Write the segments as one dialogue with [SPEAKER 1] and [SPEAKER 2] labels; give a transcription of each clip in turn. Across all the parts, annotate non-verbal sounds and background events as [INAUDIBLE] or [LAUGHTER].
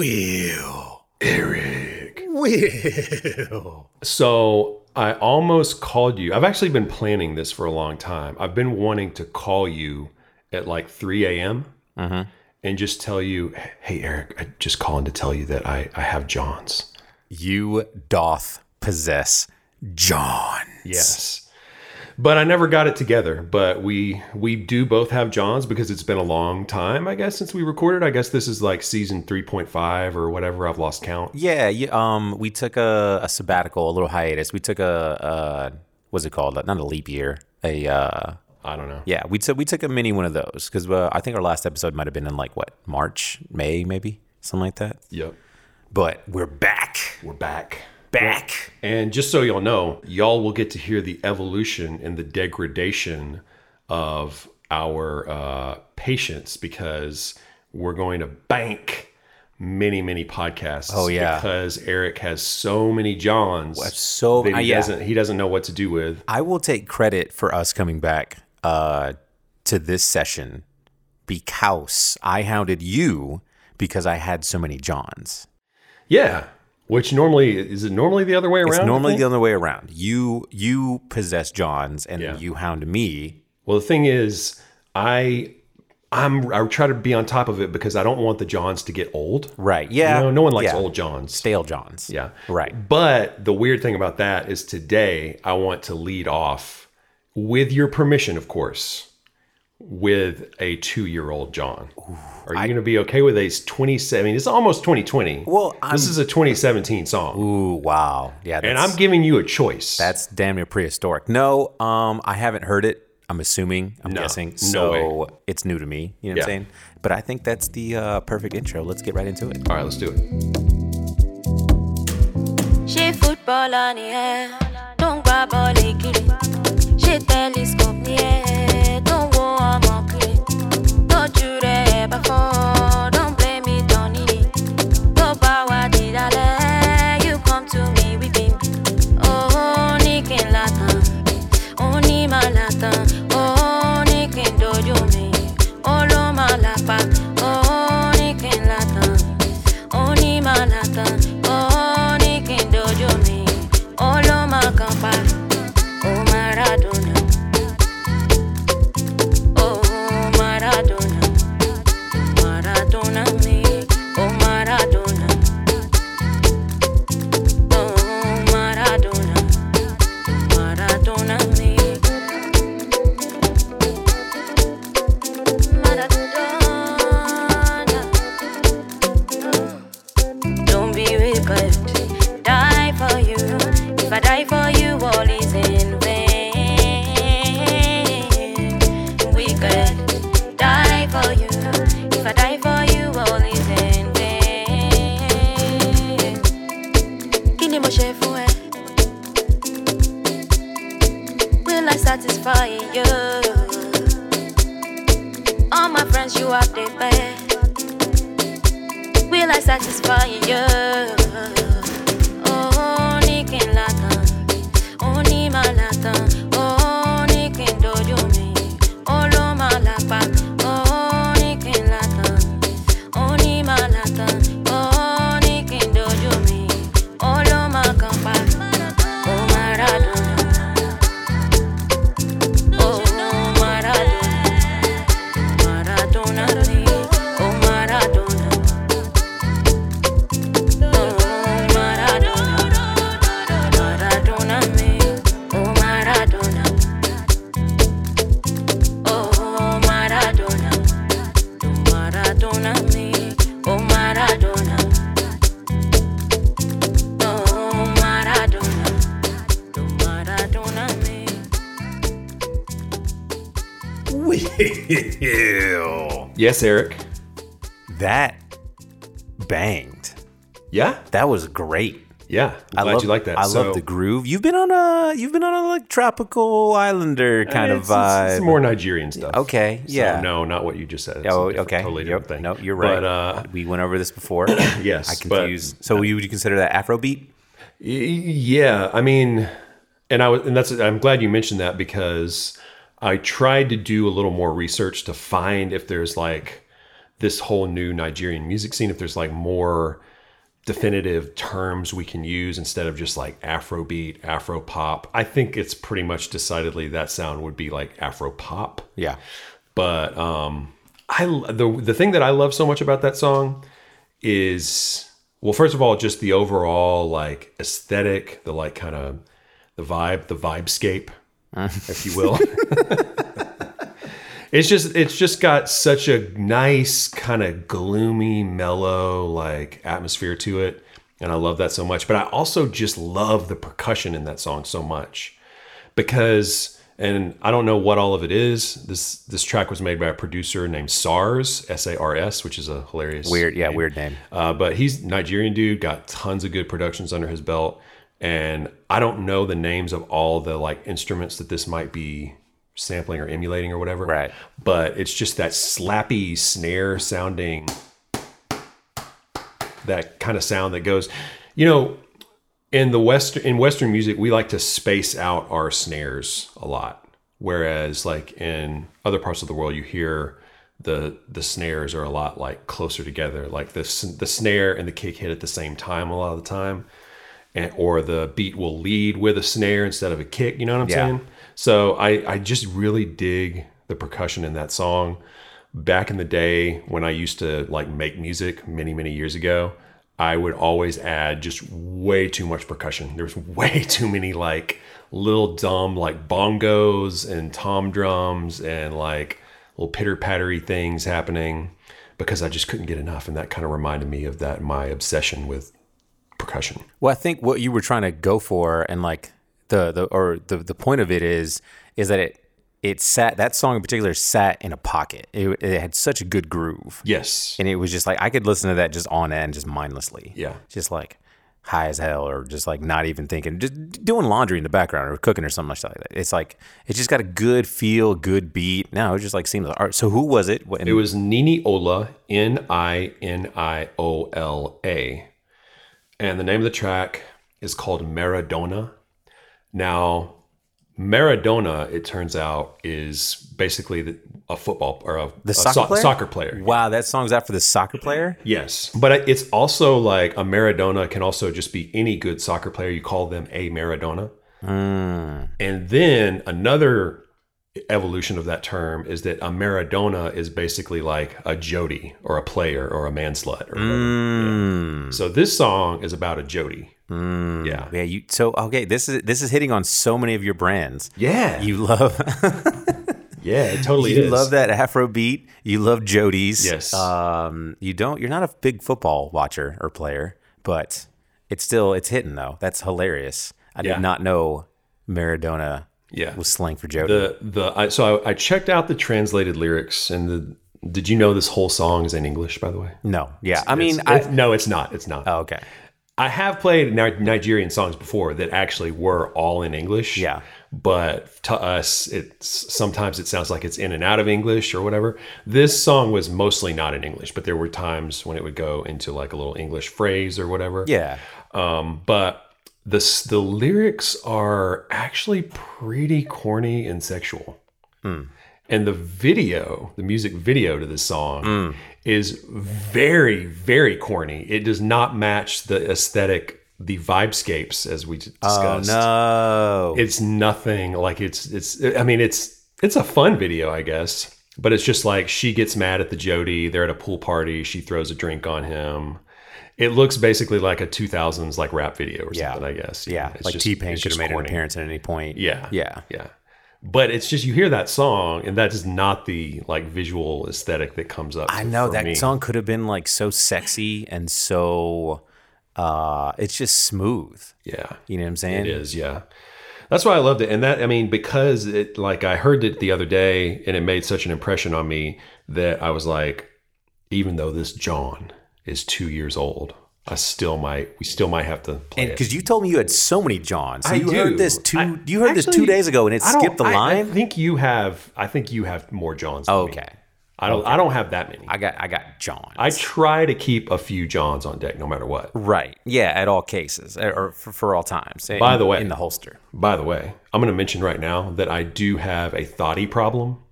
[SPEAKER 1] Will.
[SPEAKER 2] Eric.
[SPEAKER 1] Will.
[SPEAKER 2] So I almost called you. I've actually been planning this for a long time. I've been wanting to call you at like 3 a.m. and just tell you, hey, Eric, I just calling to tell you that I, I have John's.
[SPEAKER 1] You doth possess John.
[SPEAKER 2] Yes. But I never got it together. But we we do both have Johns because it's been a long time, I guess, since we recorded. I guess this is like season 3.5 or whatever. I've lost count.
[SPEAKER 1] Yeah, you, um, we took a, a sabbatical, a little hiatus. We took a, a what's it called? Not a leap year. A uh,
[SPEAKER 2] I don't know.
[SPEAKER 1] yeah, we took we took a mini one of those because uh, I think our last episode might have been in like what March, May, maybe something like that.
[SPEAKER 2] Yep.
[SPEAKER 1] But we're back,
[SPEAKER 2] We're back.
[SPEAKER 1] back.
[SPEAKER 2] And just so y'all know, y'all will get to hear the evolution and the degradation of our uh, patience because we're going to bank many, many podcasts.
[SPEAKER 1] Oh, yeah.
[SPEAKER 2] because Eric has so many Johns.
[SPEAKER 1] so-
[SPEAKER 2] that he
[SPEAKER 1] uh, yeah.
[SPEAKER 2] doesn't he doesn't know what to do with.
[SPEAKER 1] I will take credit for us coming back uh, to this session because I hounded you because I had so many Johns.
[SPEAKER 2] Yeah, which normally is it normally the other way around?
[SPEAKER 1] It's normally
[SPEAKER 2] I think?
[SPEAKER 1] the other way around. You you possess Johns and
[SPEAKER 2] Yeah.
[SPEAKER 1] you hound me.
[SPEAKER 2] well, the thing is, I I'm I try to be on top of it because I don't want the Johns to get old.
[SPEAKER 1] Right. Yeah.
[SPEAKER 2] No, no one likes
[SPEAKER 1] Yeah.
[SPEAKER 2] old Johns.
[SPEAKER 1] stale Johns.
[SPEAKER 2] Yeah.
[SPEAKER 1] Right.
[SPEAKER 2] But the weird thing about that is today I want to lead off with your permission, of course, with a two year old John. Are you going to be okay with a 27? It's almost 2020.
[SPEAKER 1] Well, I'm-
[SPEAKER 2] this is a 2017 song.
[SPEAKER 1] Ooh, wow. Yeah. That's,
[SPEAKER 2] and I'm giving you a choice.
[SPEAKER 1] that's damn near prehistoric. No, um, I haven't heard it. I'm assuming. I'm
[SPEAKER 2] No. No
[SPEAKER 1] guessing. So
[SPEAKER 2] way.
[SPEAKER 1] it's new to me. You know what
[SPEAKER 2] Yeah.
[SPEAKER 1] I'm saying? But I think that's the uh, perfect intro. Let's get right into it.
[SPEAKER 2] All right, let's do it.
[SPEAKER 3] Ṣé football on ni ẹ́ tó ń gbá bọ́ọ̀lù kiri? Ṣé telescope ni ẹ́ tó ń wo ọmọ kiri? Tójú rẹ̀ ẹ̀ bá fọ́, don't blame me tán níyì. Tó bá wà dídálẹ̀, you come to me weeping. Oh, Òun ní kí n látàn, òun ní màá látàn, òun ní kí n dojú Oh, mi. Oh, Òun ló máa lápá, òun ní kí n látàn. Only Manhattan, only Kindo Jomi, Olo Macampa, O Oh, Maradona, O Maradona, Maradona me, O Maradona, O Maradona, Maradona me. Maradona. Don't be regret. Die for you. If I die for you, all is in vain. Regret. Die for you. If I die for you, all is in vain. Kí ni mo ṣe fún ẹ? Will I satisfy you? All my friends, you are the best. Will I satisfy you? Oh, ni kin latan, oh ni malatan, oh ni kin dojú mi, oh ló ma lápá, oh ni kin latan, oh ni malatan, oh ni kin dojú mi, oh ló ma kàn pa, oh Maradona, oh Maradona, Maradona ni, oh Maradona. Oh Maradona, Maradona me. Oh Maradona. Oh Maradona, Maradona me. Oh Maradona. Oh Maradona, Maradona me.
[SPEAKER 1] Will.
[SPEAKER 2] Yes, Eric.
[SPEAKER 1] That banged.
[SPEAKER 2] Yeah.
[SPEAKER 1] That was great.
[SPEAKER 2] Yeah. I'm glad
[SPEAKER 1] love,
[SPEAKER 2] you like that.
[SPEAKER 1] I
[SPEAKER 2] So-
[SPEAKER 1] love the groove. You've been on a you've been on a like tropical islander kind
[SPEAKER 2] It's-
[SPEAKER 1] of
[SPEAKER 2] it's-
[SPEAKER 1] vibe.
[SPEAKER 2] It's, more Nigerian stuff.
[SPEAKER 1] Okay, yeah.
[SPEAKER 2] So, no, not what you just said. It's a
[SPEAKER 1] oh,
[SPEAKER 2] different-
[SPEAKER 1] okay.
[SPEAKER 2] Totally
[SPEAKER 1] Yep.
[SPEAKER 2] different thing.
[SPEAKER 1] No, you're right.
[SPEAKER 2] But uh,
[SPEAKER 1] we went over this [COUGHS] before.
[SPEAKER 2] yes,
[SPEAKER 1] I
[SPEAKER 2] but-
[SPEAKER 1] confused. so you would you consider that Afrobeat?
[SPEAKER 2] Y- Yeah, I mean, and I was, and that's. I'm glad you mentioned that because I tried to do a little more research to find if there's like this whole new Nigerian music scene, if there's like more definitive terms we can use instead of just like Afrobeat, Afro pop. I think it's pretty much decidedly that sound would be like Afro pop.
[SPEAKER 1] Yeah.
[SPEAKER 2] But um, I the the thing that I love so much about that song is well, first of all, just the overall like aesthetic, the like kind of the vibe, the vibescape, if you will. it's just it's just got such a nice kind of gloomy mellow like atmosphere to it and i love that so much but i also just love the percussion in that song so much because and i don't know what all of it is this this track was made by a producer named sars s-a-r-s which is a hilarious
[SPEAKER 1] Weird. Yeah.
[SPEAKER 2] name.
[SPEAKER 1] Weird name.
[SPEAKER 2] Uh, but he's Nigerian dude, got tons of good productions under his belt, and I don't know the names of all the like instruments that this might be sampling or emulating or whatever.
[SPEAKER 1] Right.
[SPEAKER 2] But it's just that slappy snare sounding, that kind of sound that goes, you know, in the west in Western music we like to space out our snares a lot, whereas like in other parts of the world you hear the the snares are a lot like closer together like the s- the snare and the kick hit at the same time a lot of the time and or the beat will lead with a snare instead of a kick you know what i'm
[SPEAKER 1] Yeah.
[SPEAKER 2] saying so i i just really dig the percussion in that song back in the day when i used to like make music many many years ago i would always add just way too much percussion there's [LAUGHS] way too many like little dumb like bongos and tom drums and like little pitter pattery things happening because i just couldn't get enough and that kind of reminded me of that my obsession with percussion
[SPEAKER 1] Well, I think what you were trying to go for, and like the the or the the point of it is, is that it it sat that song in particular sat in a pocket. It, it had such a good groove,
[SPEAKER 2] yes
[SPEAKER 1] and it was just like I could listen to that just on end, just mindlessly.
[SPEAKER 2] Yeah.
[SPEAKER 1] just like high as hell, or just like not even thinking, just doing laundry in the background or cooking or something like that. It's like it just got a good feel, good beat. No, it was just like seamless. All right, so who was it? What-
[SPEAKER 2] It was Nini Ola, N I N I O L A. And the name of the track is called Maradona. Now, Maradona, it turns out, is basically the, a football or a,
[SPEAKER 1] the
[SPEAKER 2] a
[SPEAKER 1] soccer
[SPEAKER 2] so-
[SPEAKER 1] player.
[SPEAKER 2] soccer player.
[SPEAKER 1] Wow, that song's out for the soccer player.
[SPEAKER 2] Yes. But it's also like a Maradona can also just be any good soccer player. You call them a Maradona.
[SPEAKER 1] Ah.
[SPEAKER 2] And then another evolution of that term is that a Maradona is basically like a Jody or a player or a manslut. Or whatever.
[SPEAKER 1] Hmm.
[SPEAKER 2] Yeah. So this song is about a Jody. Yeah.
[SPEAKER 1] Yeah, you so okay, this is this is hitting on so many of your brands.
[SPEAKER 2] Yeah.
[SPEAKER 1] You love [LAUGHS]
[SPEAKER 2] yeah, it totally
[SPEAKER 1] you
[SPEAKER 2] is.
[SPEAKER 1] love that Afro beat. You love Jody's.
[SPEAKER 2] Yes.
[SPEAKER 1] Um you don't you're not a big football watcher or player, but it's still it's hitting though. That's hilarious. I
[SPEAKER 2] Yeah.
[SPEAKER 1] did not know Maradona
[SPEAKER 2] Yeah.
[SPEAKER 1] was slang for Jody.
[SPEAKER 2] The, the, I, so I, I checked out the translated lyrics and the, did you know this whole song is in English, by the way?
[SPEAKER 1] no. Yeah. I mean
[SPEAKER 2] It's-
[SPEAKER 1] I
[SPEAKER 2] it's- no, it's not. It's not.
[SPEAKER 1] oh, okay.
[SPEAKER 2] I have played Ni- Nigerian songs before that actually were all in English.
[SPEAKER 1] Yeah.
[SPEAKER 2] But to us, it's sometimes it sounds like it's in and out of English or whatever. This song was mostly not in English, but there were times when it would go into like a little English phrase or whatever.
[SPEAKER 1] Yeah.
[SPEAKER 2] Um, but the s- the lyrics are actually pretty corny and sexual.
[SPEAKER 1] Hmm.
[SPEAKER 2] And the video, the music video to this song,
[SPEAKER 1] Hmm.
[SPEAKER 2] is very, very corny. It does not match the aesthetic, the vibescapes as we d-
[SPEAKER 1] Oh
[SPEAKER 2] discussed.
[SPEAKER 1] no.
[SPEAKER 2] It's nothing like it's it's. I mean, it's it's a fun video, I guess. But it's just like she gets mad at the Jody. They're at a pool party. She throws a drink on him. It looks basically like a 2000s like rap video or
[SPEAKER 1] Yeah.
[SPEAKER 2] something. I guess.
[SPEAKER 1] yeah.
[SPEAKER 2] It's
[SPEAKER 1] Like
[SPEAKER 2] just-
[SPEAKER 1] T Pain
[SPEAKER 2] it's
[SPEAKER 1] could have
[SPEAKER 2] just
[SPEAKER 1] made
[SPEAKER 2] corny.
[SPEAKER 1] an appearance at any point.
[SPEAKER 2] Yeah.
[SPEAKER 1] Yeah.
[SPEAKER 2] Yeah. But it's just you hear that song, and that is not the like visual aesthetic that comes up.
[SPEAKER 1] I know
[SPEAKER 2] for
[SPEAKER 1] that
[SPEAKER 2] me.
[SPEAKER 1] song could have been like so sexy and so uh it's just smooth.
[SPEAKER 2] Yeah.
[SPEAKER 1] You know what I'm saying?
[SPEAKER 2] It is, yeah. That's why I loved it. And that, I mean, because it, like, I heard it the other day and it made such an impression on me that I was like, even though this John is two years old, I still might, we still might have to play
[SPEAKER 1] And
[SPEAKER 2] it.
[SPEAKER 1] because you told me you had so many Johns, so
[SPEAKER 2] I
[SPEAKER 1] you
[SPEAKER 2] do.
[SPEAKER 1] heard this two,
[SPEAKER 2] I-
[SPEAKER 1] you heard this two
[SPEAKER 2] actually,
[SPEAKER 1] days ago, and it
[SPEAKER 2] I don't-
[SPEAKER 1] skipped the
[SPEAKER 2] I-
[SPEAKER 1] line.
[SPEAKER 2] I think you have, I think you have more Johns. than me.
[SPEAKER 1] okay,
[SPEAKER 2] I don't, I don't have that many. I,
[SPEAKER 1] I got I got John.
[SPEAKER 2] try to keep a few Johns on deck no matter what.
[SPEAKER 1] right, yeah, at all cases or- or for, for all times.
[SPEAKER 2] By
[SPEAKER 1] in-
[SPEAKER 2] the way-
[SPEAKER 1] in the holster.
[SPEAKER 2] By the way, I'm going to mention right now that I do have a thoughty problem.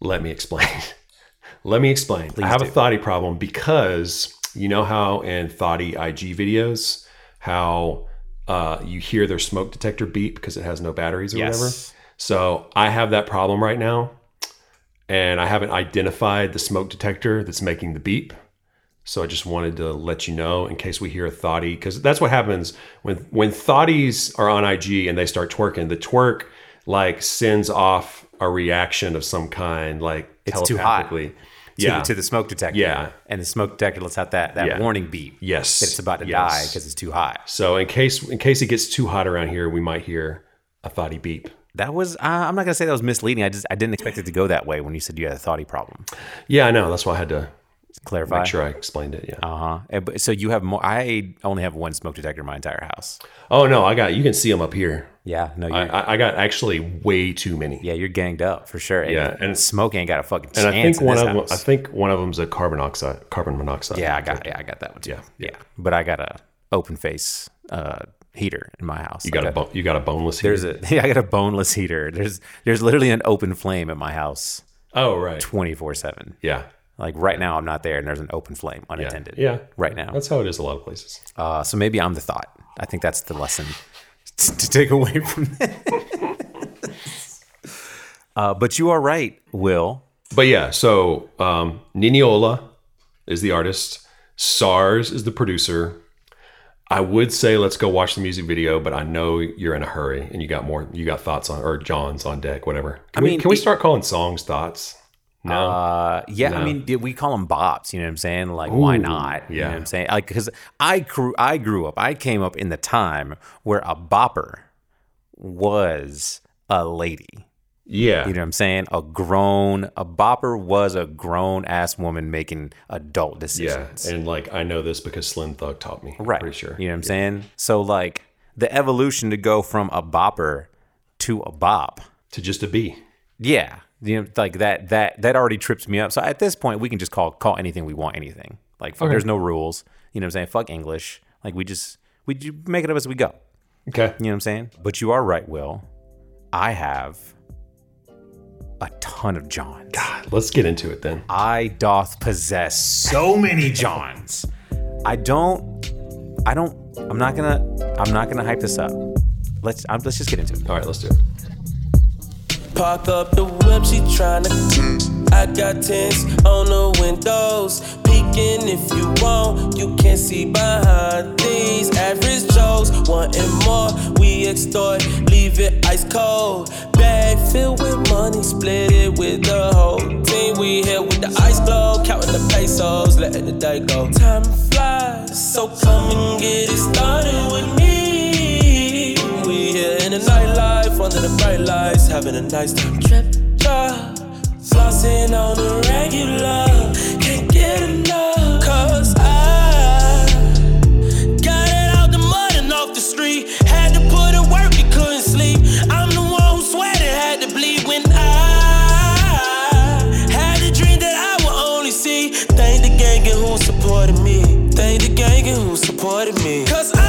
[SPEAKER 2] Let me explain. [LAUGHS] Let me explain. I have
[SPEAKER 1] do.
[SPEAKER 2] a thoughty problem because you know how in thoughty IG videos, how uh, you hear their smoke detector beep because it has no batteries or whatever.
[SPEAKER 1] Yes.
[SPEAKER 2] So I have that problem right now, and I haven't identified the smoke detector that's making the beep. So I just wanted to let you know in case we hear a thoughty, because that's what happens when when thoughties are on IG and they start twerking. The twerk like sends off a reaction of some kind, like
[SPEAKER 1] It's too hot.
[SPEAKER 2] telepathically.
[SPEAKER 1] To,
[SPEAKER 2] yeah.
[SPEAKER 1] to the smoke detector.
[SPEAKER 2] Yeah.
[SPEAKER 1] And the smoke detector lets out that, that
[SPEAKER 2] Yeah.
[SPEAKER 1] warning beep.
[SPEAKER 2] yes,
[SPEAKER 1] That it's about to
[SPEAKER 2] Yes.
[SPEAKER 1] die because it's too hot.
[SPEAKER 2] So in case in case it gets too hot around here, we might hear a thoughty beep.
[SPEAKER 1] That was, uh, I'm not going to say that was misleading. I just, I didn't expect it to go that way when you said you had a thoughty problem.
[SPEAKER 2] Yeah, I know. That's why I had to
[SPEAKER 1] Clarify.
[SPEAKER 2] make sure I explained it. Yeah.
[SPEAKER 1] Uh huh. So you have more, I only have one smoke detector in my entire house.
[SPEAKER 2] Oh no, I got you can see them up here.
[SPEAKER 1] Yeah. No,
[SPEAKER 2] I,
[SPEAKER 1] you're,
[SPEAKER 2] I I got actually way too many.
[SPEAKER 1] yeah, you're ganged up for sure. And
[SPEAKER 2] Yeah, and-
[SPEAKER 1] smoke ain't got a fucking chance.
[SPEAKER 2] and I think
[SPEAKER 1] in
[SPEAKER 2] one
[SPEAKER 1] this
[SPEAKER 2] of them,
[SPEAKER 1] house.
[SPEAKER 2] I think one of them's a carbon oxide, carbon monoxide.
[SPEAKER 1] Yeah, I got yeah, I got that one too.
[SPEAKER 2] Yeah,
[SPEAKER 1] yeah. But I got a open face uh, heater in my house.
[SPEAKER 2] You got a bo- you got a boneless.
[SPEAKER 1] there's a [LAUGHS] yeah, I got a boneless heater. There's there's literally an open flame at my house
[SPEAKER 2] oh right.
[SPEAKER 1] twenty four seven.
[SPEAKER 2] Yeah,
[SPEAKER 1] Like right now I'm not there and there's an open flame
[SPEAKER 2] yeah,
[SPEAKER 1] unattended.
[SPEAKER 2] yeah.
[SPEAKER 1] Right now.
[SPEAKER 2] That's how it is a lot of places.
[SPEAKER 1] Uh, so maybe I'm the thought. I think that's the lesson [LAUGHS] t- to take away from [LAUGHS] this. uh, but you are right, Will.
[SPEAKER 2] But yeah, so um, Niniola is the artist. SARS is the producer. I would say let's go watch the music video, but I know you're in a hurry and you got more. You got thoughts on or John's on deck, whatever. Can I
[SPEAKER 1] mean,
[SPEAKER 2] we, can we
[SPEAKER 1] it-
[SPEAKER 2] start calling songs thoughts? No,
[SPEAKER 1] Uh, yeah, I mean, dude, we call them bops. You know what I'm saying? Like, why
[SPEAKER 2] Ooh,
[SPEAKER 1] not? You know
[SPEAKER 2] yeah.
[SPEAKER 1] what I'm saying? Like, because I grew, I grew up, I came up in the time where a bopper was a lady.
[SPEAKER 2] yeah,
[SPEAKER 1] You know what I'm saying? A grown, a bopper was a grown ass woman making adult
[SPEAKER 2] yeah.
[SPEAKER 1] decisions.
[SPEAKER 2] And like I know this because Slim Thug taught me. I'm
[SPEAKER 1] right.
[SPEAKER 2] pretty sure.
[SPEAKER 1] You know what I'm saying? So, like, the evolution to go from a bopper to a bop.
[SPEAKER 2] To just a B.
[SPEAKER 1] Yeah, you know, like that that that already trips me up. So at this point, we can just call call anything we want anything. Like fuck, there's no rules. You know what I'm saying? Fuck English. Like we just we ju- make it up as we go.
[SPEAKER 2] Okay.
[SPEAKER 1] You know what I'm saying? But you are right, Will. I have a ton of Johns.
[SPEAKER 2] Let's get into it then.
[SPEAKER 1] I doth possess so many Johns. I don't. I don't. I'm not gonna. I'm not gonna hype this up. Let's. I'm, let's just get into it.
[SPEAKER 2] All right, let's do it.
[SPEAKER 4] Park up the whip, she tryna. I got tents on the windows. Peeking if you want, you can see behind these average Joes. Wanting more, we extort, leave it ice cold. Bag filled with money, split it with the whole team. We here with the ice globe, counting the pesos, letting the day go. Time flies, so come and get it started with me. We here in the nightlife, under the bright lights, having a nice time. Trip, drop, flossing on the regular. Can't get enough, cause I got it out the mud and off the street. Had to put in work, we couldn't sleep. I'm the one who sweated, had to bleed when I had a dream that I would only see. Thank the gang and who supported me. Thank the gang and who supported me. Cause I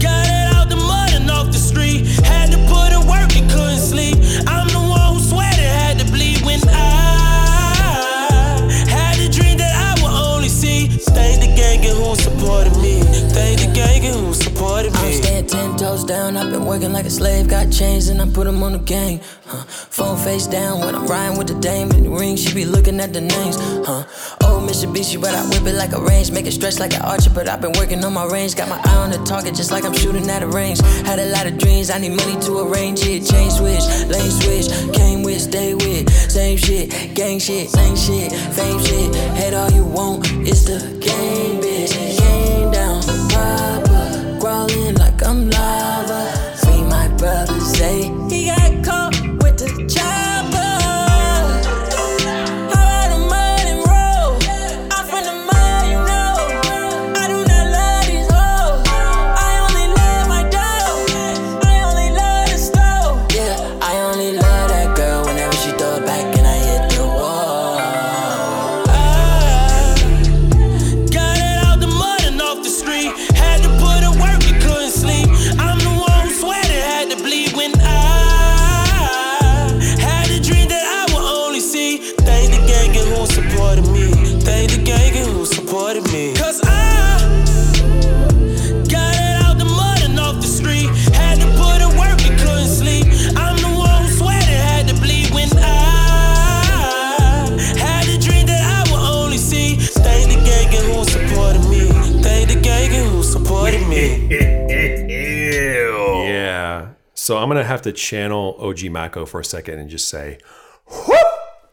[SPEAKER 4] Got it out the mud and off the street. Had to put in work and couldn't sleep. I'm the one who sweated, had to bleed when I had a dream that I would only see. Thank the gang and who supported me. Thank the gang and who supported me.
[SPEAKER 5] I'm staying ten toes down. I've been working like a slave. Got chains and I put 'em on the game. Huh. Phone face down when I'm riding with the dame in the ring. She be looking at the names. Huh. Old Mitsubishi, but I whip it like a range. Make it stretch like an archer, but I've been working on my range. Got my eye on the target just like I'm shooting at a range. Had a lot of dreams. I need money to arrange it. Chain switch, lane switch. Came with, stay with. Same shit, gang shit, same shit, fame shit. Hate all you want. It's the game, bitch. Game down, proper growling like I'm lava. Free my brother, say he got caught with the chopper. I ride a mud and roll. I'm from the mud, you know. I do not love these hoes. I only love my dough. I only love the stove. Yeah, I only love that girl whenever she throw it back and I hit the wall. I
[SPEAKER 4] more to me. Cause I got it out the mud and off the street. Had to put in work and couldn't sleep. I'm the one who sweated, had to bleed when I had a dream that I would only see. Thank the gang and who supported me. Thank the gang and who supported me.
[SPEAKER 2] Yeah. So I'm gonna have to channel OG Mako for a second and just say,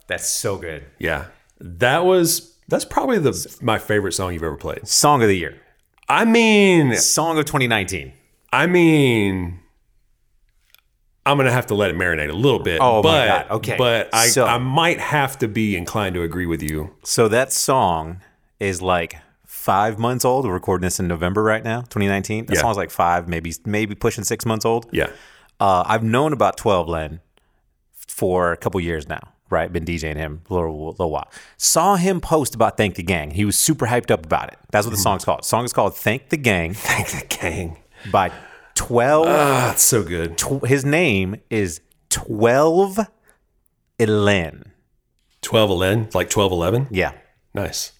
[SPEAKER 1] That's so good.
[SPEAKER 2] yeah, that was that's probably the my favorite song you've ever played.
[SPEAKER 1] Song of the year.
[SPEAKER 2] I mean,
[SPEAKER 1] Song of 2019.
[SPEAKER 2] I mean, I'm gonna have to let it marinate a little bit.
[SPEAKER 1] Oh my
[SPEAKER 2] but,
[SPEAKER 1] God, okay.
[SPEAKER 2] But I
[SPEAKER 1] So-
[SPEAKER 2] I might have to be inclined to agree with you.
[SPEAKER 1] So that song is like five months old. We're recording this in November right now, 2019. That
[SPEAKER 2] Yeah.
[SPEAKER 1] song's like five, maybe maybe pushing six months old.
[SPEAKER 2] Yeah.
[SPEAKER 1] Uh, I've known about 12 Len for a couple years now, right? Been DJing him a little, little while. Saw him post about Thank the Gang. He was super hyped up about it. That's what
[SPEAKER 2] Hmm.
[SPEAKER 1] the song's called. The song is called [LAUGHS] Thank the Gang
[SPEAKER 2] Thank the gang.
[SPEAKER 1] by 12.
[SPEAKER 2] That's Ah, so good.
[SPEAKER 1] tw- his name is 12 Elen.
[SPEAKER 2] Twelve eleven, like twelve eleven.
[SPEAKER 1] Yeah.
[SPEAKER 2] Nice.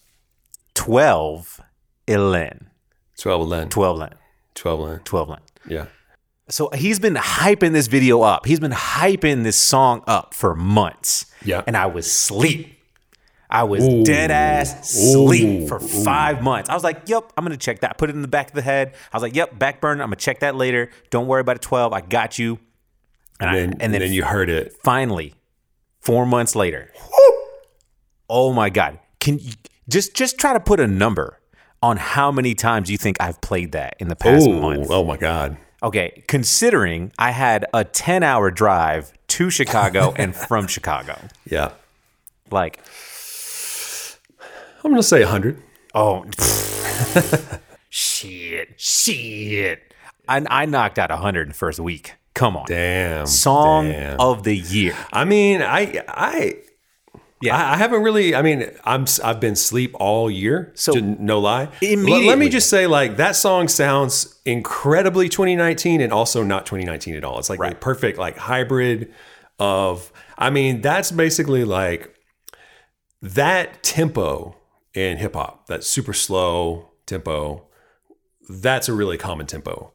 [SPEAKER 1] 12 Elen.
[SPEAKER 2] Twelve eleven.
[SPEAKER 1] 12 Len.
[SPEAKER 2] Twelve eleven.
[SPEAKER 1] 12 Len.
[SPEAKER 2] Yeah.
[SPEAKER 1] So he's been hyping this video up. He's been hyping this song up for months.
[SPEAKER 2] Yeah.
[SPEAKER 1] And I was sleep. I was dead ass sleep for five months. I was like, yep, I'm gonna check that. Put it in the back of the head. I was like, yep, back burner. I'm gonna check that later. Don't worry about it. 12. I got you. And,
[SPEAKER 2] And
[SPEAKER 1] I-
[SPEAKER 2] then, and then you heard it.
[SPEAKER 1] finally, four months later. Oh my God. Can you just just try to put a number on how many times you think I've played that in the past month?
[SPEAKER 2] oh my God.
[SPEAKER 1] Okay, considering I had a 10 hour drive to
[SPEAKER 2] [LAUGHS]
[SPEAKER 1] Chicago and from Chicago.
[SPEAKER 2] Yeah.
[SPEAKER 1] Like,
[SPEAKER 2] I'm going to say 100.
[SPEAKER 1] oh, [LAUGHS] pfft. shit, shit. I, I knocked out 100 in the first week. Come on.
[SPEAKER 2] Damn.
[SPEAKER 1] Song
[SPEAKER 2] damn.
[SPEAKER 1] of the year.
[SPEAKER 2] I mean, I, I,
[SPEAKER 1] Yeah.
[SPEAKER 2] I, I haven't really. I mean, I'm s- I've been sleep all year. So no lie.
[SPEAKER 1] Immediately.
[SPEAKER 2] Let me just say, like that song sounds incredibly 2019 and also not 2019 at all. It's like the perfect like hybrid of. I mean, that's basically like that tempo in hip hop. That super slow tempo. That's a really common tempo,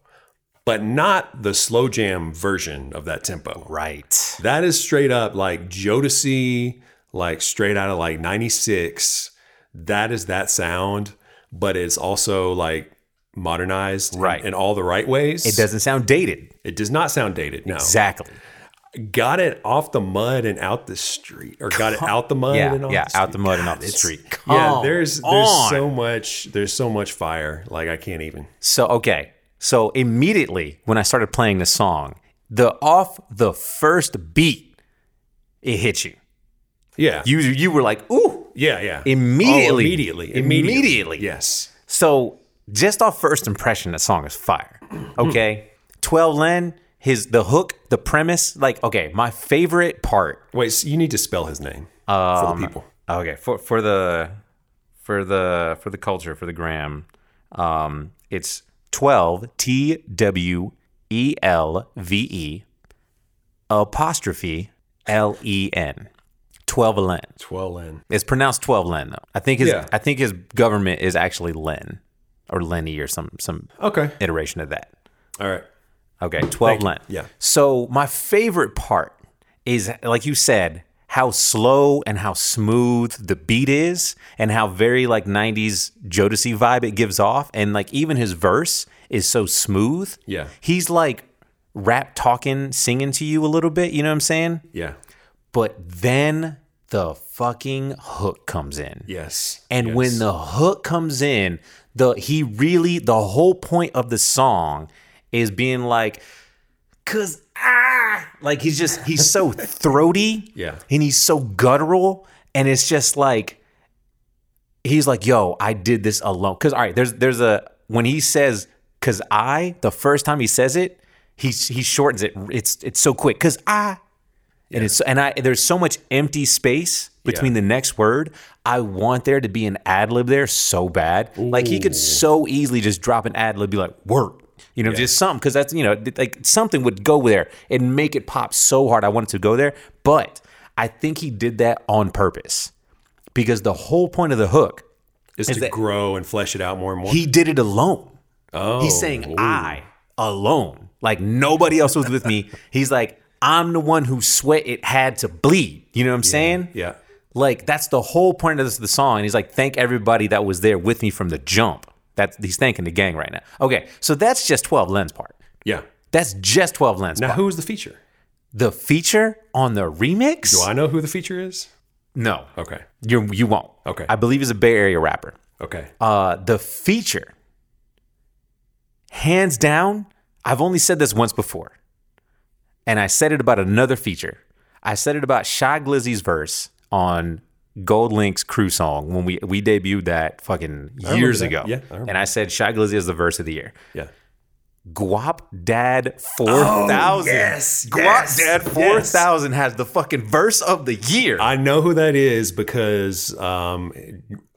[SPEAKER 2] but not the slow jam version of that tempo.
[SPEAKER 1] Right.
[SPEAKER 2] That is straight up like Jodeci, like straight out of like 96. That is that sound, but it's also like modernized in-
[SPEAKER 1] Right.
[SPEAKER 2] in, all the right ways.
[SPEAKER 1] It doesn't sound dated.
[SPEAKER 2] It does not sound dated. No.
[SPEAKER 1] Exactly.
[SPEAKER 2] Got it off the mud and out the street, or
[SPEAKER 1] [LAUGHS]
[SPEAKER 2] got it out the mud
[SPEAKER 1] Yeah,
[SPEAKER 2] and off
[SPEAKER 1] yeah,
[SPEAKER 2] the street.
[SPEAKER 1] out the mud and
[SPEAKER 2] God,
[SPEAKER 1] off the
[SPEAKER 2] it's-
[SPEAKER 1] street.
[SPEAKER 2] Yeah,
[SPEAKER 1] Come
[SPEAKER 2] there's there's
[SPEAKER 1] Oh, on.
[SPEAKER 2] so much there's so much fire. Like I can't even.
[SPEAKER 1] So okay. So immediately when I started playing the song, the off the first beat, it hit you.
[SPEAKER 2] Yeah,
[SPEAKER 1] You you were like, ooh.
[SPEAKER 2] yeah, yeah.
[SPEAKER 1] Immediately.
[SPEAKER 2] Oh, immediately,
[SPEAKER 1] Immediately.
[SPEAKER 2] Yes.
[SPEAKER 1] So just off first impression, that song is fire. Okay. Twelve Len, his the hook, the premise, like okay, my favorite part.
[SPEAKER 2] Wait, so you need to spell his name
[SPEAKER 1] Um,
[SPEAKER 2] for the people.
[SPEAKER 1] Okay, for for the for the for the culture for the gram, um, it's twelve T W E L V E apostrophe L E N. Twelve Len.
[SPEAKER 2] Twelve in.
[SPEAKER 1] It's pronounced twelve Len though. I think his
[SPEAKER 2] Yeah.
[SPEAKER 1] I think his government is actually Len or Lenny or some some
[SPEAKER 2] Okay.
[SPEAKER 1] iteration of that.
[SPEAKER 2] All right.
[SPEAKER 1] Okay, 12
[SPEAKER 2] you.
[SPEAKER 1] Lent.
[SPEAKER 2] Yeah.
[SPEAKER 1] So my favorite part is, like you said, how slow and how smooth the beat is, and how very like 90s Jodeci vibe it gives off. And like even his verse is so smooth.
[SPEAKER 2] Yeah.
[SPEAKER 1] He's like rap talking, singing to you a little bit, you know what I'm saying?
[SPEAKER 2] Yeah.
[SPEAKER 1] But then the fucking hook comes in.
[SPEAKER 2] Yes.
[SPEAKER 1] And
[SPEAKER 2] Yes.
[SPEAKER 1] when the hook comes in, the he really the whole point of the song is being like, cause ah, like he's just he's
[SPEAKER 2] [LAUGHS]
[SPEAKER 1] so throaty,
[SPEAKER 2] Yeah.
[SPEAKER 1] and he's so guttural, and it's just like he's like, yo, I did this alone. Cause all right, there's there's a when he says, cause I the first time he says it, he he shortens it. It's it's so quick, cause I. And it's and I there's so much empty space between the next word. I want there to be an ad lib there so bad. Like he could so easily just drop an ad lib, be like work, you know, just something because that's you know th- like something would go there and make it pop so hard. I wanted to go there, but I think he did that on purpose because the whole point of the hook
[SPEAKER 2] is,
[SPEAKER 1] Is
[SPEAKER 2] to
[SPEAKER 1] that-
[SPEAKER 2] grow and flesh it out more and more.
[SPEAKER 1] He did it alone.
[SPEAKER 2] oh,
[SPEAKER 1] He's saying
[SPEAKER 2] ooh.
[SPEAKER 1] I alone. Like nobody else was with me. He's like, I'm the one who sweat it had to bleed. You know what I'm saying?
[SPEAKER 2] Yeah.
[SPEAKER 1] Like that's the whole point of this, the song. And he's like, thank everybody that was there with me from the jump. That's he's thanking the gang right now. Okay, so that's just 12 lens part.
[SPEAKER 2] Yeah.
[SPEAKER 1] That's just 12 lens
[SPEAKER 2] Now,
[SPEAKER 1] part.
[SPEAKER 2] who is the feature?
[SPEAKER 1] the feature on the remix?
[SPEAKER 2] Do I know who the feature is?
[SPEAKER 1] No,
[SPEAKER 2] Okay.
[SPEAKER 1] you you won't.
[SPEAKER 2] Okay.
[SPEAKER 1] I believe he's a Bay Area rapper.
[SPEAKER 2] Okay.
[SPEAKER 1] Uh, the feature, hands down, I've only said this once before, and I said it about another feature. I said it about Shy Glizzy's verse on Gold Link's Crew song when we we debuted that fucking
[SPEAKER 2] remember
[SPEAKER 1] years
[SPEAKER 2] that.
[SPEAKER 1] ago.
[SPEAKER 2] Yeah, I remember.
[SPEAKER 1] and I said Shy Glizzy is the verse of the year.
[SPEAKER 2] Yeah.
[SPEAKER 1] Guap Dad 4000.
[SPEAKER 2] Oh, yes,
[SPEAKER 1] Guap
[SPEAKER 2] yes,
[SPEAKER 1] Dad
[SPEAKER 2] yes.
[SPEAKER 1] 4000 has the fucking verse of the year.
[SPEAKER 2] I know who that is because um,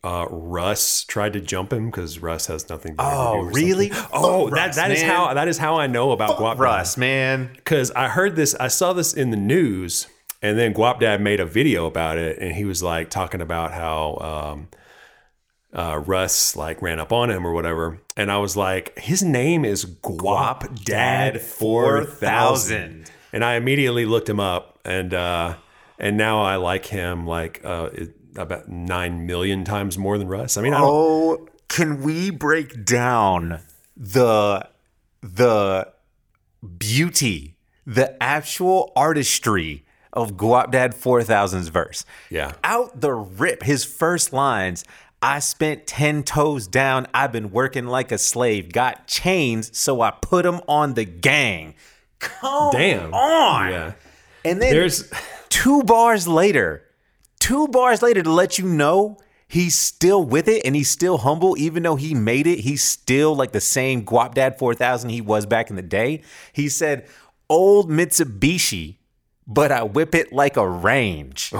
[SPEAKER 2] uh, Russ tried to jump him because Russ has nothing. better to do
[SPEAKER 1] Oh,
[SPEAKER 2] or
[SPEAKER 1] really?
[SPEAKER 2] something. Oh,
[SPEAKER 1] Fuck
[SPEAKER 2] that,
[SPEAKER 1] Russ,
[SPEAKER 2] that is
[SPEAKER 1] man.
[SPEAKER 2] how that is how I know about Guap
[SPEAKER 1] Russ, man.
[SPEAKER 2] because I heard this. I saw this in the news, and then Guap Dad made a video about it, and he was like talking about how. Um, uh, Russ like ran up on him or whatever, and I was like, his name is Guap Dad Four Thousand, and I immediately looked him up, and uh, and now I like him like uh, it- about nine million times more than Russ. I mean, I don't.
[SPEAKER 1] Oh, can we break down the the beauty, the actual artistry of Guap Dad 4000's verse?
[SPEAKER 2] Yeah.
[SPEAKER 1] Out the rip, his first lines. I spent 10 toes down. I've been working like a slave. Got chains, so I put them on the gang. Oh, Come
[SPEAKER 2] Damn.
[SPEAKER 1] on.
[SPEAKER 2] Yeah.
[SPEAKER 1] And then
[SPEAKER 2] There's- [LAUGHS]
[SPEAKER 1] two bars later, two bars later to let you know he's still with it and he's still humble, even though he made it. He's still like the same Guap Dad 4000 he was back in the day. He said, Old Mitsubishi, but I whip it like a
[SPEAKER 2] [LAUGHS]
[SPEAKER 1] range.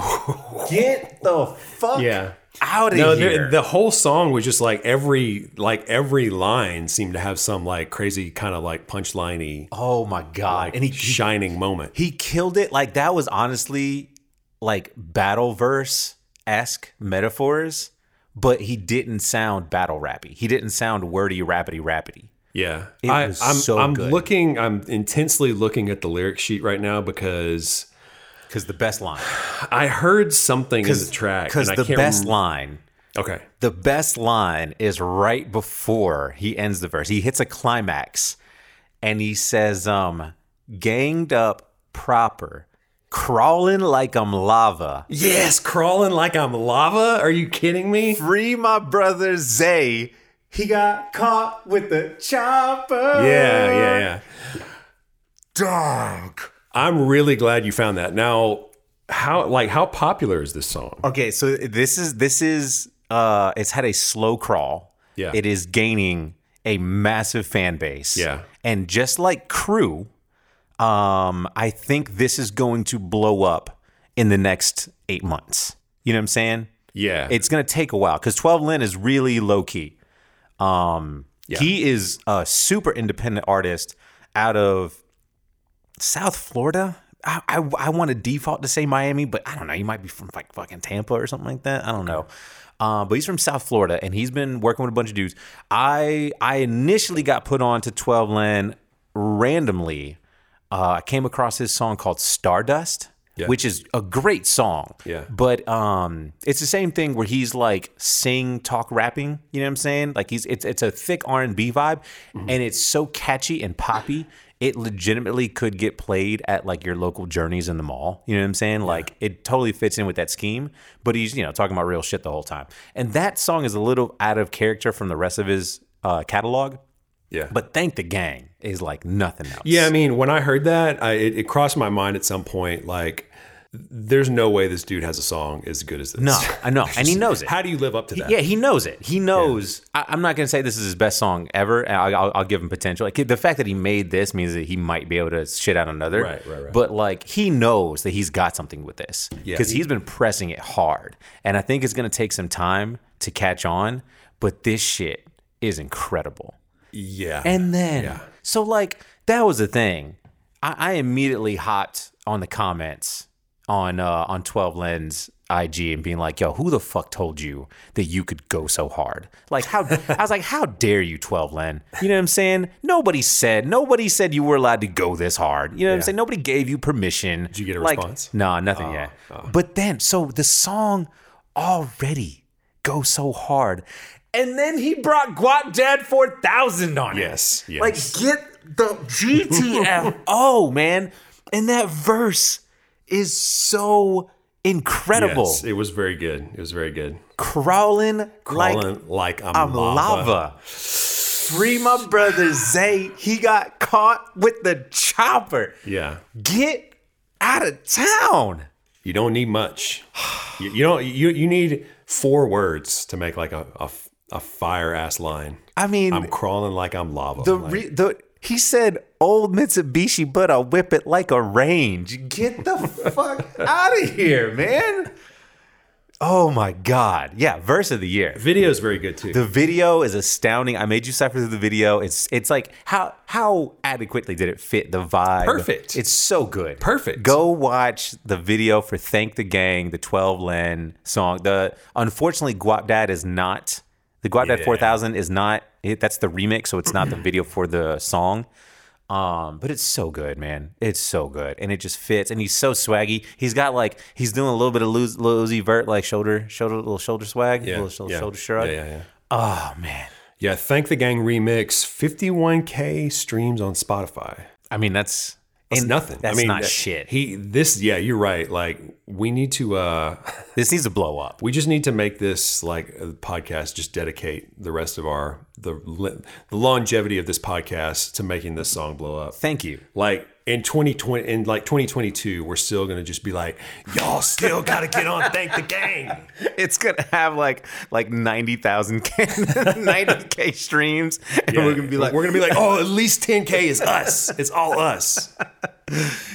[SPEAKER 1] Get the fuck
[SPEAKER 2] Yeah.
[SPEAKER 1] out of
[SPEAKER 2] No,
[SPEAKER 1] here.
[SPEAKER 2] there- the whole song was just like every like every line seemed to have some like crazy kind of like punchliney
[SPEAKER 1] oh my God.
[SPEAKER 2] like
[SPEAKER 1] and he, he
[SPEAKER 2] shining moment.
[SPEAKER 1] he killed it. Like that was honestly like battle verse esque metaphors, but he didn't sound battle rappy. He didn't sound wordy rappity rappity.
[SPEAKER 2] Yeah,
[SPEAKER 1] It
[SPEAKER 2] I,
[SPEAKER 1] was
[SPEAKER 2] I'm
[SPEAKER 1] so
[SPEAKER 2] I'm
[SPEAKER 1] good.
[SPEAKER 2] looking. I'm intensely looking at the lyric sheet right now because
[SPEAKER 1] Because the best line,
[SPEAKER 2] I heard something in the track.
[SPEAKER 1] because
[SPEAKER 2] and
[SPEAKER 1] the
[SPEAKER 2] I can't
[SPEAKER 1] best
[SPEAKER 2] rem-
[SPEAKER 1] line,
[SPEAKER 2] Okay.
[SPEAKER 1] the best line is right before he ends the verse. He hits a climax, and he says, "Um, ganged up proper." Crawling like I'm lava.
[SPEAKER 2] Yes, crawling like I'm lava. Are you kidding me?
[SPEAKER 1] Free my brother Zay. He got caught with the chopper.
[SPEAKER 2] Yeah, yeah, yeah.
[SPEAKER 1] dog.
[SPEAKER 2] I'm really glad you found that. Now, how like how popular is this song?
[SPEAKER 1] Okay, so this is this is uh it's had a slow crawl.
[SPEAKER 2] Yeah.
[SPEAKER 1] It is gaining a massive fan base.
[SPEAKER 2] Yeah.
[SPEAKER 1] And just like Crew, um, I think this is going to blow up in the next eight months. You know what I'm saying?
[SPEAKER 2] Yeah,
[SPEAKER 1] It's gonna take a while because 12 Lin is really low key. Um he is a super independent artist out of South Florida. I, I, I want to default to say Miami, but I don't know. You might be from like fucking Tampa or something like that. I don't know. Uh, but he's from South Florida, and he's been working with a bunch of dudes. I I initially got put on to Twelve Land randomly. Uh, I came across his song called Stardust,
[SPEAKER 2] Yeah.
[SPEAKER 1] which is a great song.
[SPEAKER 2] Yeah.
[SPEAKER 1] But um, it's the same thing where he's like sing, talk, rapping. You know what I'm saying? Like he's it's it's a thick R and B vibe,
[SPEAKER 2] Mm-hmm.
[SPEAKER 1] and it's so catchy and poppy. It legitimately could get played at like your local journeys in the mall. You know what I'm saying? Like it totally fits in with that scheme. But he's you know talking about real shit the whole time, and that song is a little out of character from the rest of his uh, catalog.
[SPEAKER 2] yeah.
[SPEAKER 1] But thank the gang is like nothing else.
[SPEAKER 2] Yeah, I mean, when I heard that, I, it, it crossed my mind at some point. Like, there's no way this dude has a song as good as this.
[SPEAKER 1] no, I
[SPEAKER 2] [LAUGHS]
[SPEAKER 1] know, and he knows it.
[SPEAKER 2] How do you live up to that?
[SPEAKER 1] Yeah, he knows it. He knows. I, I'm not gonna say this is his best song ever. and I- I'll, I'll give him potential. Like the fact that he made this means that he might be able to shit out another.
[SPEAKER 2] Right, right, right.
[SPEAKER 1] But like he knows that he's got something with this
[SPEAKER 2] Yeah.
[SPEAKER 1] because he's been pressing it hard, and I think it's gonna take some time to catch on. But this shit is incredible.
[SPEAKER 2] Yeah.
[SPEAKER 1] And then, so like that was the thing. I, I immediately hopped on the comments on uh, on Twelve Lens IG and being like, "Yo, who the fuck told you that you could go so hard?" Like, how I was like, "How dare you, Twelve Len?" You know what I'm saying? Nobody said. Nobody said you were allowed to go this hard. You know what I'm
[SPEAKER 2] Yeah.
[SPEAKER 1] saying? Nobody gave you permission. Did
[SPEAKER 2] you get a response? Oh,
[SPEAKER 1] No, nothing yet. But then, so the song already goes so hard, and then he brought Guap Dad Four Thousand on it.
[SPEAKER 2] Yes, yes.
[SPEAKER 1] Like get the
[SPEAKER 2] [LAUGHS]
[SPEAKER 1] GTFO, Oh, man. And that verse is so incredible.
[SPEAKER 2] Yes, it was very good. It was very good.
[SPEAKER 1] Crawling, like
[SPEAKER 2] Crawling like, I'm,
[SPEAKER 1] I'm lava.
[SPEAKER 2] lava.
[SPEAKER 1] Free my brother Zay. He got caught with the chopper.
[SPEAKER 2] Yeah.
[SPEAKER 1] Get out of town.
[SPEAKER 2] You don't need much. You, you don't. You you need four words to make like a a, a fire ass line.
[SPEAKER 1] I mean,
[SPEAKER 2] I'm crawling like I'm lava.
[SPEAKER 1] the
[SPEAKER 2] Like,
[SPEAKER 1] re- the he said old Mitsubishi, but I'll whip it like a range. Get the fuck out of here, man. Oh my god. Yeah, verse of the year.
[SPEAKER 2] video is very good too.
[SPEAKER 1] The video is astounding. I made you suffer through the video. It's it's like how how adequately did it fit the vibe?
[SPEAKER 2] Perfect.
[SPEAKER 1] It's so good.
[SPEAKER 2] Perfect.
[SPEAKER 1] Go watch the video for "Thank the Gang," the Twelve Len song. The unfortunately, Guap Dad is not the Guap Dad
[SPEAKER 2] Yeah.
[SPEAKER 1] Four Thousand is not. It, that's the remix, so it's not the video for the song. Um, but it's so good, man. It's so good, and it just fits. And he's so swaggy. He's got like he's doing a little bit of Luz, Lil Uzi Vert, like shoulder, shoulder, little shoulder swag,
[SPEAKER 2] yeah,
[SPEAKER 1] little shoulder,
[SPEAKER 2] yeah,
[SPEAKER 1] shoulder shrug.
[SPEAKER 2] Yeah, yeah, yeah.
[SPEAKER 1] Oh man.
[SPEAKER 2] Yeah, Thank the Gang remix, 51k streams on Spotify.
[SPEAKER 1] I mean, that's
[SPEAKER 2] That's
[SPEAKER 1] and
[SPEAKER 2] nothing.
[SPEAKER 1] That's
[SPEAKER 2] I mean,
[SPEAKER 1] not
[SPEAKER 2] that-
[SPEAKER 1] shit.
[SPEAKER 2] He this yeah, you're right. Like we need to uh [LAUGHS]
[SPEAKER 1] this needs to blow up.
[SPEAKER 2] we just need to make this like a podcast just dedicate the rest of our the le- the longevity of this podcast to making this song blow up.
[SPEAKER 1] Thank you.
[SPEAKER 2] Like in 2020 in like 2022, we're still going to just be like y'all still got to get on Thank the Gang.
[SPEAKER 1] It's gonna have like like ninety thousand k, [LAUGHS] ninety k streams, and we're gonna be like,
[SPEAKER 2] we're going to be like, "Oh, at least
[SPEAKER 1] [LAUGHS]
[SPEAKER 2] 10k is us. It's all us."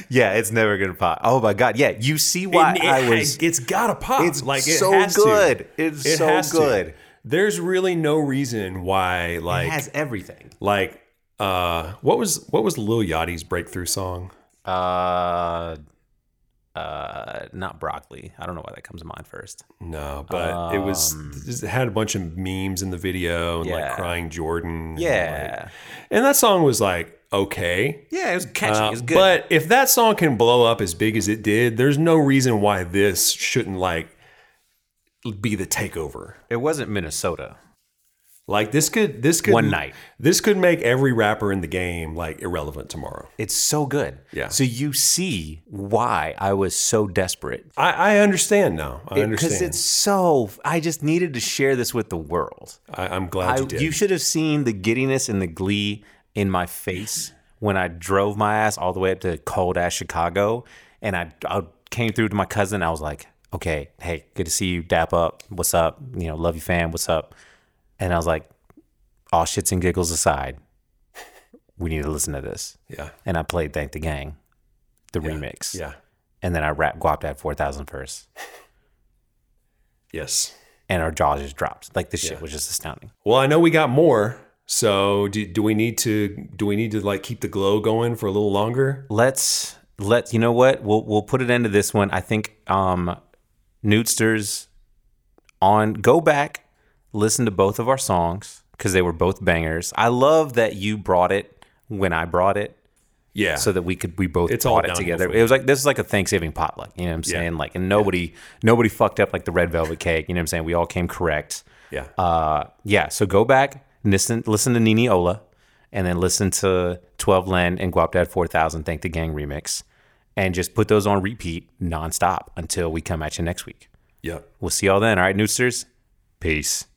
[SPEAKER 1] yeah, it's never gonna pop. Oh my god, yeah. You see why
[SPEAKER 2] And it,
[SPEAKER 1] I was?
[SPEAKER 2] it's gotta pop.
[SPEAKER 1] It's
[SPEAKER 2] like it
[SPEAKER 1] so
[SPEAKER 2] has to.
[SPEAKER 1] good. It's so
[SPEAKER 2] has to.
[SPEAKER 1] good.
[SPEAKER 2] There's really no reason why, like,
[SPEAKER 1] it has everything.
[SPEAKER 2] like, uh, what was what was Lil Yachty's breakthrough song?
[SPEAKER 1] Uh, uh, not broccoli. I don't know why that comes to mind first.
[SPEAKER 2] No, but it was it had a bunch of memes in the video and
[SPEAKER 1] Um, Yeah.
[SPEAKER 2] like crying Jordan. and, like-
[SPEAKER 1] Yeah,
[SPEAKER 2] and that song was like okay.
[SPEAKER 1] yeah. It was catchy.
[SPEAKER 2] Uh,
[SPEAKER 1] it was good.
[SPEAKER 2] But if that song can blow up as big as it did, there's no reason why this shouldn't like be the takeover.
[SPEAKER 1] it wasn't Minnesota.
[SPEAKER 2] Like this could this could
[SPEAKER 1] One night.
[SPEAKER 2] This could make every rapper in the game like irrelevant tomorrow.
[SPEAKER 1] It's so good.
[SPEAKER 2] Yeah.
[SPEAKER 1] So you see why I was so desperate
[SPEAKER 2] I, I understand now. I understand.
[SPEAKER 1] because it's so i just needed to share this with the world
[SPEAKER 2] I, I'm glad
[SPEAKER 1] I,
[SPEAKER 2] you did.
[SPEAKER 1] you should have seen the giddiness and the glee in my face when i drove my ass all the way up to cold ass chicago and i, I came through to my cousin i was like okay hey good to see you dap up what's up you know love you fam what's up and i was like all shits and giggles aside we need to listen to this
[SPEAKER 2] yeah.
[SPEAKER 1] and i played thank the gang the remix
[SPEAKER 2] Yeah.
[SPEAKER 1] and then i rapped guap at 4000 first
[SPEAKER 2] Yes.
[SPEAKER 1] and our jaws just dropped. Like this shit was just astounding.
[SPEAKER 2] Well, I know we got more. So do, do we need to do we need to like keep the glow going for a little longer?
[SPEAKER 1] Let's let you know what we'll we'll put an end to this one. I think um Nudsters on go back, listen to both of our songs because they were both bangers. I love that you brought it when I brought it.
[SPEAKER 2] Yeah.
[SPEAKER 1] so that we could we both
[SPEAKER 2] It's all
[SPEAKER 1] brought it
[SPEAKER 2] downhill
[SPEAKER 1] together.
[SPEAKER 2] from
[SPEAKER 1] It was like this is like a Thanksgiving potluck, you know what I'm
[SPEAKER 2] Yeah.
[SPEAKER 1] saying? Like and nobody nobody fucked up like the red velvet cake, you know what I'm saying? We all came correct.
[SPEAKER 2] Yeah.
[SPEAKER 1] Uh yeah, so go back, listen listen to Nini Ola and then listen to 12 Len and Guap Dad 4000 Thank the Gang remix and just put those on repeat nonstop until we come at you next week.
[SPEAKER 2] yep.
[SPEAKER 1] We'll see y'all then. All right, Noosters. Peace.